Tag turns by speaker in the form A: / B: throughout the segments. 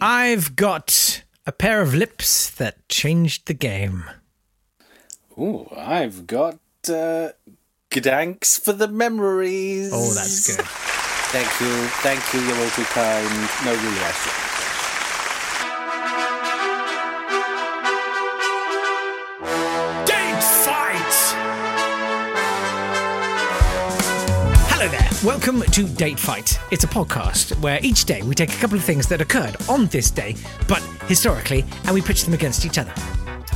A: I've got a pair of lips that changed the game.
B: Ooh, I've got uh, Gdanks for the memories.
A: Oh, that's good.
B: Thank you, thank you, you're all too kind. No, really, actually.
A: Date Fight! Hello there. Welcome to Date Fight. It's a podcast where each day we take a couple of things that occurred on this day, but historically, and we pitch them against each other.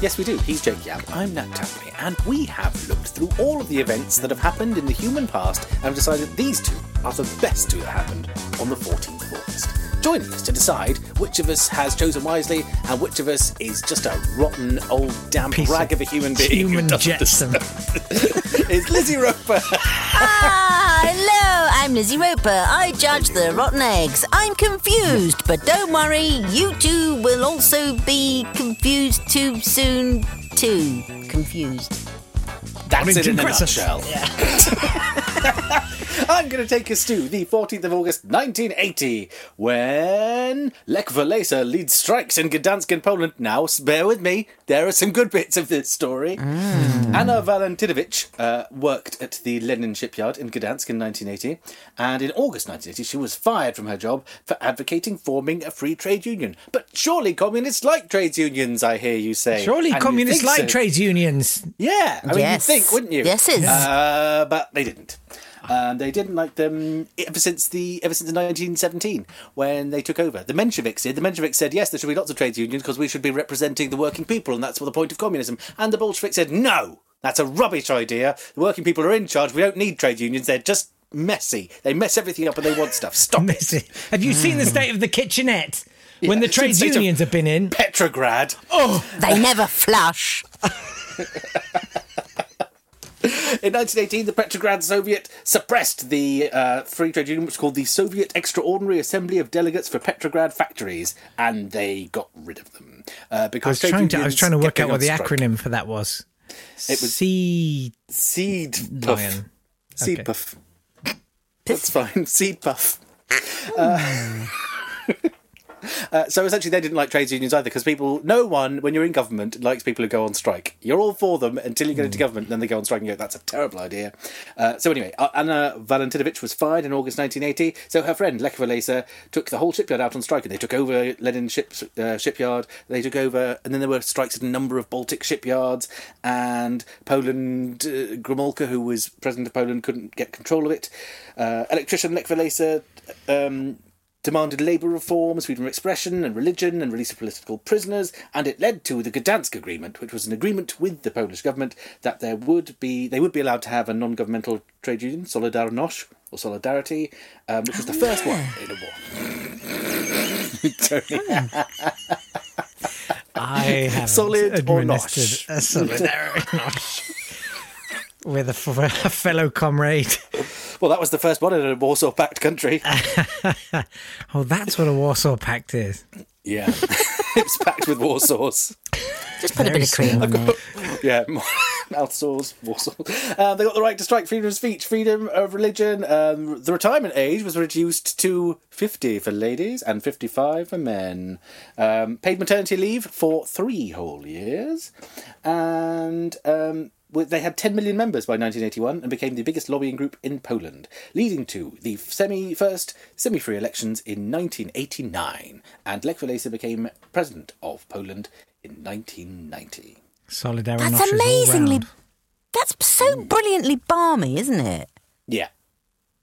B: Yes, we do. He's Jake Yap, I'm Nat Tapley, and we have looked through all of the events that have happened in the human past and have decided these two are the best two that happened on the 14th of August. Joining us to decide which of us has chosen wisely and which of us is just a rotten old damn
A: Piece
B: rag of a human being. who
A: Human
B: doesn't
A: Jetsam.
B: deserve- is Lizzie Roper.
C: Ah, hello, I'm Lizzie Roper. I judge the rotten eggs. I'm confused, but don't worry, you two will also be confused too soon, too. Confused.
B: That's it
A: Mornington
B: in a
A: Crescent.
B: nutshell. I'm going to take us to the 14th of August 1980, when Lech Walesa leads strikes in Gdansk in Poland. Now, bear with me, there are some good bits of this story. Anna Valentinovich uh, worked at the Lenin shipyard in Gdansk in 1980, and in August 1980, she was fired from her job for advocating forming a free trade union. But surely communists like trades unions, I hear you say.
A: Surely
B: And you
A: communists
B: think
A: like
B: so.
A: trades unions.
B: Yeah, I mean,
C: Yes.
B: you'd think, wouldn't you?
C: Yes, it is.
B: Uh, but they didn't. Um, they didn't like them ever since the ever since 1917 when they took over. The Mensheviks did. The Mensheviks said yes, there should be lots of trades unions because we should be representing the working people, and that's what the point of communism. And the Bolsheviks said no, that's a rubbish idea. The working people are in charge. We don't need trade unions. They're just messy. They mess everything up and they want stuff. Stop it.
A: Missy. Have you seen the state of the kitchenette? When
B: Yeah.
A: the trades
B: State of-
A: unions have been in,
B: Petrograd.
C: They never flush.
B: In 1918, the Petrograd Soviet suppressed the uh, free trade union, which was called the Soviet Extraordinary Assembly of Delegates for Petrograd Factories, and they got rid of them uh, because
A: I was trying to I was trying to work out what the
B: acronym
A: acronym for that was.
B: It was-
A: C
B: seed puff.
A: lion.
B: Seed
A: Okay.
B: puff. That's fine. Seed puff. Uh, uh, so essentially, they didn't like trades unions either because people, no one, when you're in government, likes people who go on strike. You're all for them until you get into government, then they go on strike and you go, that's a terrible idea. Uh, so anyway, uh, Anna Valentinovich was fired in August 1980. So her friend, Lech Walesa, took the whole shipyard out on strike and they took over Lenin ships, uh, shipyard. They took over, and then there were strikes at a number of Baltic shipyards and Poland. Uh, Gromolka, who was president of Poland, couldn't get control of it. Uh, electrician Lech Walesa. Um, demanded labour reforms, freedom of expression and religion, and release of political prisoners, and it led to the Gdansk Agreement, which was an agreement with the Polish government that there would be they would be allowed to have a non-governmental trade union, Solidarność or Solidarity, um, which was the first one in a war. Tony,
A: I have
B: Solid or not?
A: administered a solidarity nosh with a, f- a fellow comrade.
B: well, that was the first one in a Warsaw Pact country.
A: Oh, that's what a Warsaw Pact is.
B: Yeah, it's packed with war sauce.
C: Just put a
A: Very
C: bit of cream
A: small.
C: on there.
B: Yeah, mouth sores, war sores. Uh, they got the right to strike freedom of speech, freedom of religion. Um, the retirement age was reduced to 50 for ladies and 55 for men. Um, paid maternity leave for three whole years. And um, with- they had 10 million members by 1981 and became the biggest lobbying group in Poland, leading to the semi first semi free elections in 1989. And Lech Walesa became president of Poland in 1990.
A: Solidarity
C: That's
A: nosh is all
C: amazingly.
A: round.
C: That's so brilliantly balmy, isn't it?
B: Yeah.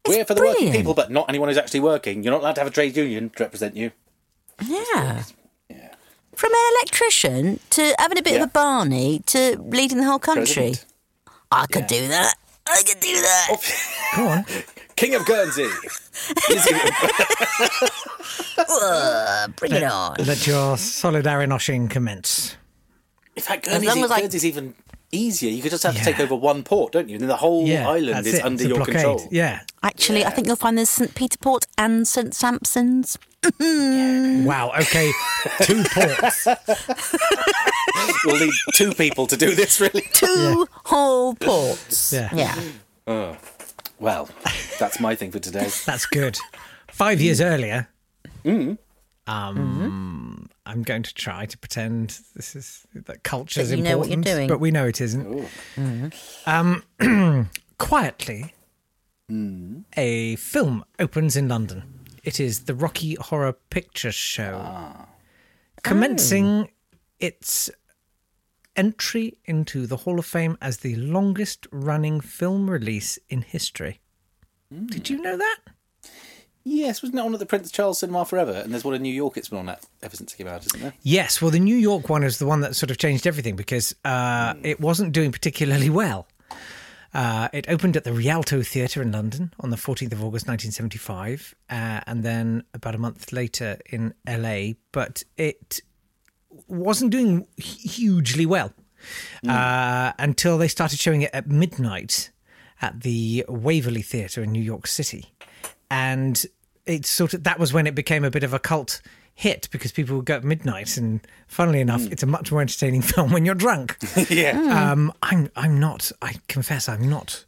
C: It's
B: We're for the working
C: brilliant.
B: people, but not anyone who's actually working. You're not allowed to have a trade union to represent you.
C: Yeah.
B: Yeah.
C: From an electrician to having a bit
B: Yeah.
C: of a Barney to leading the whole country.
B: President.
C: I could do that. I could do that.
A: Go on.
B: King of Guernsey.
C: Uh, bring it on.
A: Let your solidarity noshing commence.
B: In fact, Guernsey's,
C: long as I-
B: Guernsey's even easier. You could just have
A: Yeah.
B: to take over one port, don't you? And then the whole
A: Yeah,
B: island
A: that's
B: is
A: it.
B: under
A: It's a
B: your
A: blockade.
B: control.
A: Yeah.
C: Actually, I think you'll find there's St. Peter Port and St. Sampson's.
A: Wow. Okay. Two ports.
B: We'll need two people to do this, really.
C: Two whole ports.
A: Yeah.
B: Well, that's my thing for today.
C: Mm.
A: That's good. Five years earlier, um,
C: Mm-hmm.
A: I'm going to try to pretend this is that culture's
C: That you know what you're
A: important,
C: doing.
A: but we know it isn't. Mm-hmm. Um, quietly,
C: Mm.
A: a film opens in London. It is the Rocky Horror Picture Show,
C: Ah. Oh.
A: commencing its entry into the Hall of Fame as the longest-running film release in history. Did
C: Mm.
A: you know that?
B: Yes, wasn't it on at the Prince Charles Cinema forever? And there's one in New York it's been on at ever since it came out, isn't there?
A: Yes, well, the New York one is the one that sort of changed everything because uh, it wasn't doing particularly well. Uh, it opened at the Rialto Theatre in London on the 14th of August 1975, uh, and then about a month later in LA, but it wasn't doing hu- hugely well uh, until they started showing it at midnight at the Waverly Theatre in New York City, and it sort of that was when it became a bit of a cult hit because people would go at midnight, and funnily enough, it's a much more entertaining film when you're drunk.
B: yeah.
A: um, I'm I'm not. I confess, I'm not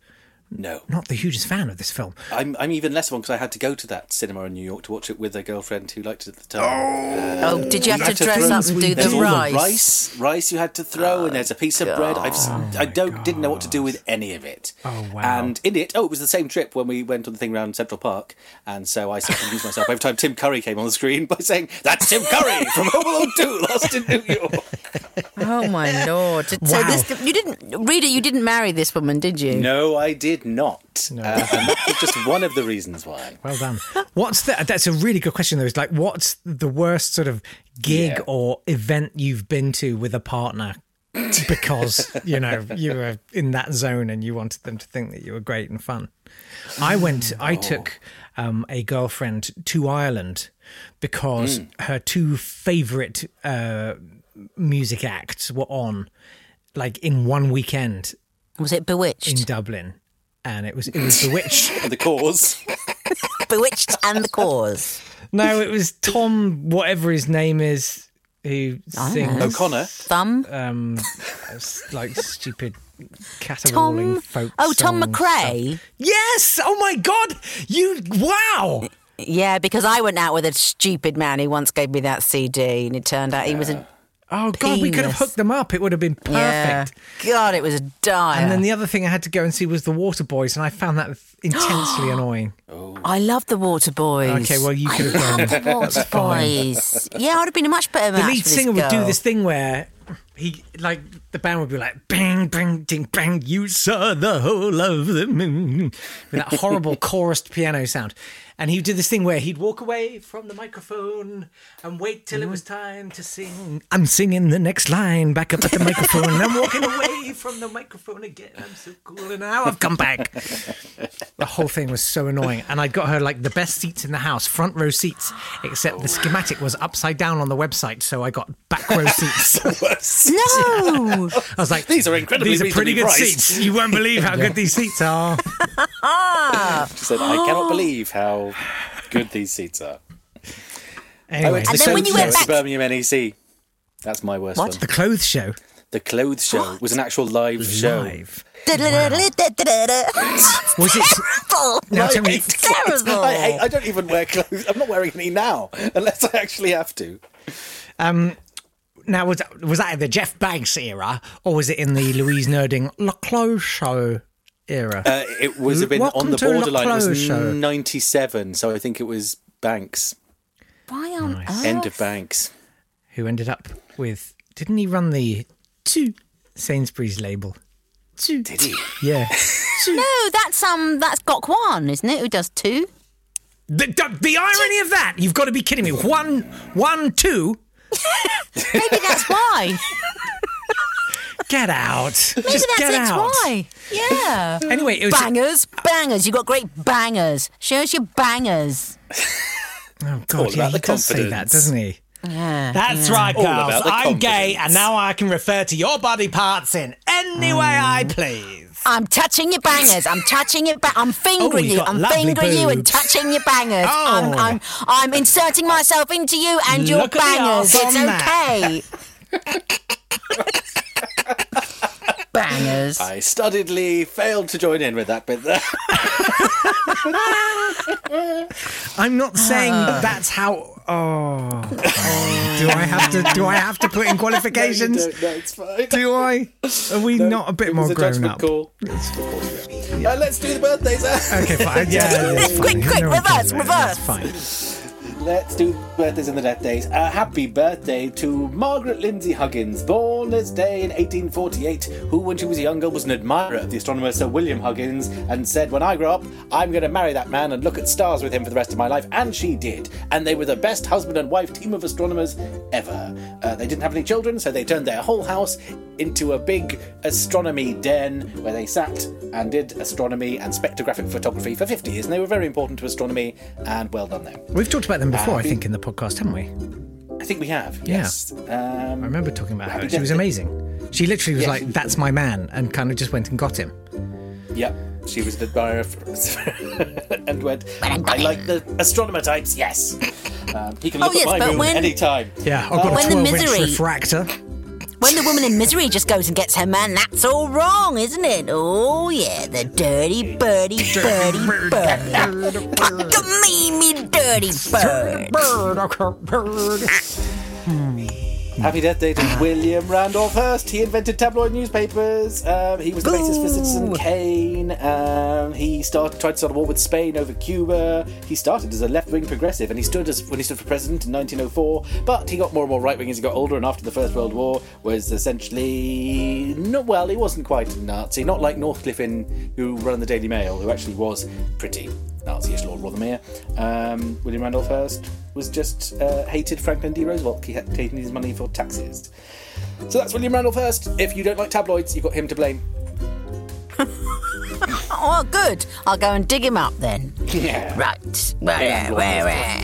B: No.
A: not the hugest fan of this film.
B: I'm, I'm even less of one because I had to go to that cinema in New York to watch it with a girlfriend who liked it at the time.
C: Oh, did you have to
B: That's a
C: dress up and
A: things we
C: do
A: do.
C: the
B: There's all
C: rice?
B: rice, rice you had to throw, and there's a piece of bread. I've, s- I don't didn't know what to do with any of it.
A: Oh, wow.
B: And in it, oh, it was the same trip when we went on the thing around Central Park, and so I sort of confused myself every time Tim Curry came on the screen by saying, "That's Tim Curry from Home Alone 2, Lost in New York."
C: Oh my lord! So
A: Wow.
C: this you didn't, reader, you didn't marry this woman, did you?
B: No, I did not. Uh, and that was just one of the reasons why.
A: Well done. What's the? That's a really good question. Though, is like, what's the worst sort of gig
B: Yeah.
A: or event you've been to with a partner? because you know you were in that zone and you wanted them to think that you were great and fun. I went. I took um, a girlfriend to Ireland because her two favourite uh, music acts were on, like in one weekend
C: Was it bewitched?
A: in Dublin, and it was it was Bewitched.
B: And the cause.
C: bewitched and the cause.
A: No, it was Tom, whatever his name is, who sings
B: O'Connor.
C: Thumb.
A: um, s- like stupid caterwauling
C: Tom.
A: folk.
C: Oh, Tom
A: songs.
C: McRae.
A: Yes! Oh my God! You wow!
C: Yeah, because I went out with a stupid man who once gave me that CD, and it turned out he was a
A: Oh God, we could have
C: Penis.
A: hooked them up. It would have been perfect.
C: yeah. God, it was a dire.
A: And then the other thing I had to go and see was the Water Boys, and I found that intensely annoying.
C: I love the Water Boys.
A: Okay, well you could have gone.
C: Water Boys. Yeah, I would have been a much better match.
A: the lead
C: for this
A: singer would do
C: girl.
A: this thing where he like the band would be like bang bang ding bang you saw the whole of the moon with that horrible chorused piano sound and he would do this thing where he'd walk away from the microphone and wait
C: Mm-hmm.
A: till it was time to sing i'm singing the next line back up at the microphone and i'm walking away from the microphone again i'm so cool and now i've come back the whole thing was so annoying. And I got her like the best seats in the house, front row seats, except the schematic was upside down on the website. So I got back row seats.
C: No.
A: I was like,
B: These are incredibly
A: These are pretty
B: reasonably
A: good
B: priced."
A: seats. You won't believe how good these seats are.
B: She said, I cannot believe how good these seats are. I
A: Anyway,
B: went to
A: the,
B: the
C: And then when
B: clothes
C: you
B: show
C: went
B: at
C: back-
B: Birmingham NEC. That's my worst
C: What?
B: one.
A: clothes show
B: The clothes show was an actual live show.
A: live.
C: Terrible.
A: Was it? Now tell me,
C: Terrible.
B: I, hate- I don't even wear clothes. I'm not wearing any now unless I actually have to.
A: now was that, was that the Jeff Banks era or was it in the Louise Nerding La Clothes show era?
B: Uh, it was a bit
A: Welcome
B: on the
A: to La
B: borderline. It
A: Clothes
B: was
A: Show.
B: 97, so I think it was Banks,
C: Why on earth?
B: end of Banks.
A: who ended up with? Didn't he run the two Sainsbury's label? Two.
B: Did he?
A: Yeah.
C: No, that's um, that's Gok Wan, isn't it? Who does two?
A: The, the, the irony of that, you've got to be kidding me. One, one, two,
C: Maybe that's why.
A: get out.
C: Maybe
A: Just
C: that's
A: get
C: it's
A: out.
C: why. Yeah.
A: Anyway, it was.
C: bangers, bangers. You got great bangers. Show us your bangers.
A: Oh, God,
B: all
A: yeah,
B: about
A: he
B: the
A: does say that,
B: confidence. Mm.
A: doesn't he?
C: Yeah.
A: That's right,
B: All about
A: girls.
B: the
A: I'm gay,
B: confidence.
A: and now I can refer to your body parts in any way I please.
C: I'm touching your bangers. I'm touching your. Ba- I'm fingering
A: you've
C: you.
A: Oh, got
C: I'm
A: lovely
C: fingering you and
A: boobs.
C: touching your bangers. I'm,
A: Oh.
C: I'm, I'm inserting myself into you and your
A: Look at the arse
C: bangers. It's
A: on that.
C: okay.
D: bangers.
B: I studiedly failed to join in with that bit there.
A: I'm not saying that's how. Oh, do I have to? Do I have to put in
B: You
A: qualifications?
B: don't know, it's fine.
A: Do I? Are we not a bit
B: It was
A: more
B: a
A: grown
B: judgment
A: up?
B: call. It's a call, yeah. Uh, let's do the birthdays. uh.
A: Okay, fine. Yeah, that's
C: Quick,
A: fine.
C: quick,
A: No one cares
C: reverse,
A: about it. That's
B: Let's do birthdays and the death days. A happy birthday to Margaret Lindsay Huggins, born this day in 1848, who, when she was younger, was an admirer of the astronomer Sir William Huggins and said, When I grow up, I'm going to marry that man and look at stars with him for the rest of my life. And she did. And they were the best husband and wife team of astronomers ever. Uh, they didn't have any children, so they turned their whole house into a big astronomy den where they sat and did astronomy and spectrographic photography for 50 years. And they were very important to astronomy, and well done them.
A: We've talked about them before, I
B: Happy-
A: think, in the podcast, haven't we?
B: I think we have.
A: Yeah.
B: Yes. Um,
A: I remember talking about her.
B: Happy
A: She was
B: death day.
A: amazing. She literally was
B: Yeah,
A: like,
B: she-
A: "That's my man," and kind of just went and got him.
B: Yep. She was an admirer of and went. I like the astronomer types. Yes. Um, he can look
C: Oh, yes,
B: at my
C: but
B: room
C: when-
B: anytime.
A: Yeah, I've got
C: When
A: a
C: the
A: 12 inch
C: misery-
A: refractor.
C: When the woman in misery just goes and gets her man, that's all wrong, isn't it? Oh, yeah, the dirty birdie, birdie, bird. Look at me, me dirty bird.
A: Bird, okay, bird.
B: Happy death day to William Randolph Hearst. He invented tabloid newspapers. Um, he was the basis for Citizen Kane. Um, he started tried to start a war with Spain over Cuba. He started as a left-wing progressive, and he stood as when he stood for president in 1904. But he got more and more right-wing as he got older, and after the First World War, was essentially no. Well, he wasn't quite a Nazi. Not like Northcliffe, in, who ran the Daily Mail, who actually was pretty Nazi-ish Lord Rothermere. Um, William Randolph Hearst was just uh, hated Franklin D. Roosevelt he had taken his money for taxes. So that's William Randolph Hearst. If you don't like tabloids, you've got him to blame.
C: Oh, good. I'll go and dig him up then.
B: Yeah.
C: Right. Where,
B: Yeah,
C: where, where, where?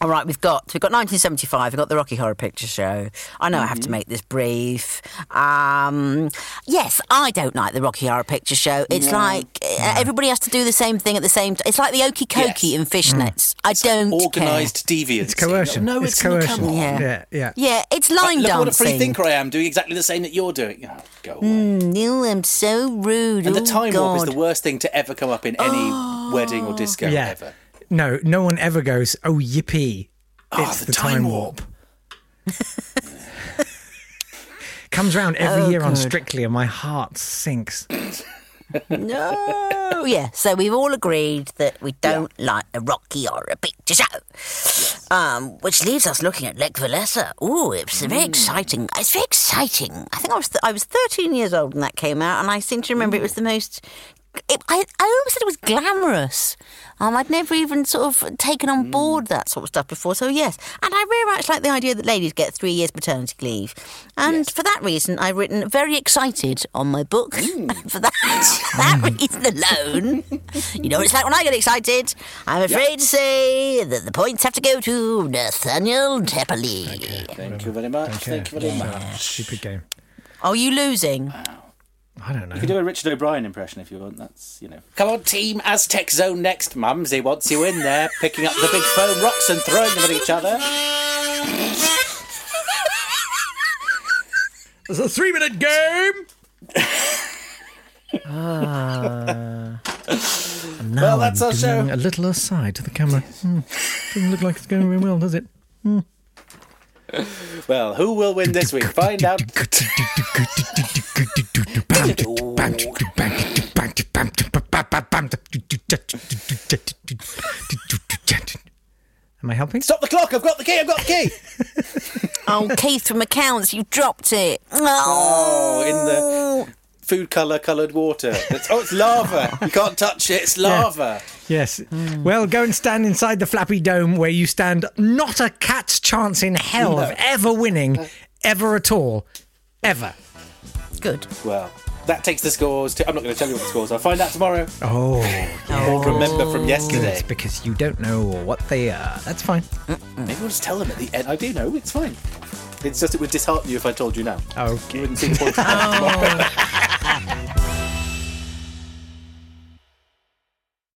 C: All right, we've got we've got 1975. We've got the Rocky Horror Picture Show. I know I
B: Mm-hmm.
C: have to make this brief. Um, yes, I don't like the Rocky Horror Picture Show. It's like uh, everybody has to do the same thing at the same. time. It's like the Okie Cokey
B: Yes. Mm.
C: in fishnets. I don't
B: Organised deviance.
A: It's coercion.
B: No, it's,
A: it's
B: not.
A: coercion.
B: Come on.
C: Yeah.
A: yeah, yeah.
C: Care. Yeah, it's line
B: Look what a
C: dancing.
B: free thinker I am, doing exactly the same that you're doing. Oh, go away.
C: No, I'm so rude.
B: And the
C: Oh,
B: time
C: God.
B: warp is the worst thing to ever come up in any wedding or disco
A: Yeah.
B: ever.
A: No, no one ever goes, oh, yippee.
B: Ah,
A: it's
B: the
A: the,
B: time
A: time warp. Comes round every year on Strictly, and my heart sinks.
C: No. yeah, so we've all agreed that we don't like a Rocky or a Picture Show. Um, which leaves us looking at Lake Walesa. Ooh, it's very exciting. It's very exciting. I think I was th- I was 13 years old when that came out, and I seem to remember it was the most. It, I, I always said it was glamorous. Um, I'd never even sort of taken on board that sort of stuff before. So yes, and I very much like the idea that ladies get three years paternity leave, and for that reason, I've written very excited on my book. for that that reason alone, you know what it's like when I get excited. I'm afraid to say that the points have to go to Nathaniel Tepperley.
B: Thank you very much. Thank you very much.
A: Stupid game.
C: Are you losing?
A: I don't know.
B: You can do a Richard O'Brien impression if you want. That's you know. Come on, team Aztec Zone next. Mumsy wants you in there, picking up the big foam rocks and throwing them at each other.
A: It's a three minute game. And Ah. now
B: Well, that's
A: I'm
B: our show.
A: doing A little aside to the camera. Hmm. Doesn't look like it's going very well, does it?
B: Well, who will win this week? Find out.
A: Am I helping?
B: Stop the clock! I've got the key! I've got the key!
C: Oh, Keith from accounts, you dropped it. Oh,
B: Oh, in the food colour coloured water. It's, oh, it's lava. You can't touch it. It's lava.
A: Yes. Well, go and stand inside the flappy dome where you stand not a cat's chance in hell of ever winning, ever at all, ever.
C: good.
B: Well, that takes the scores. To, I'm not going to tell you what the scores are. Find out tomorrow.
A: Oh,
B: Or remember from yesterday.
A: it's because you don't know what they are. That's fine.
B: Maybe we'll just tell them at the end. I do know. It's fine. It's just it would dishearten you if I told you now. You
A: Okay.
B: wouldn't see the point. of telling tomorrow.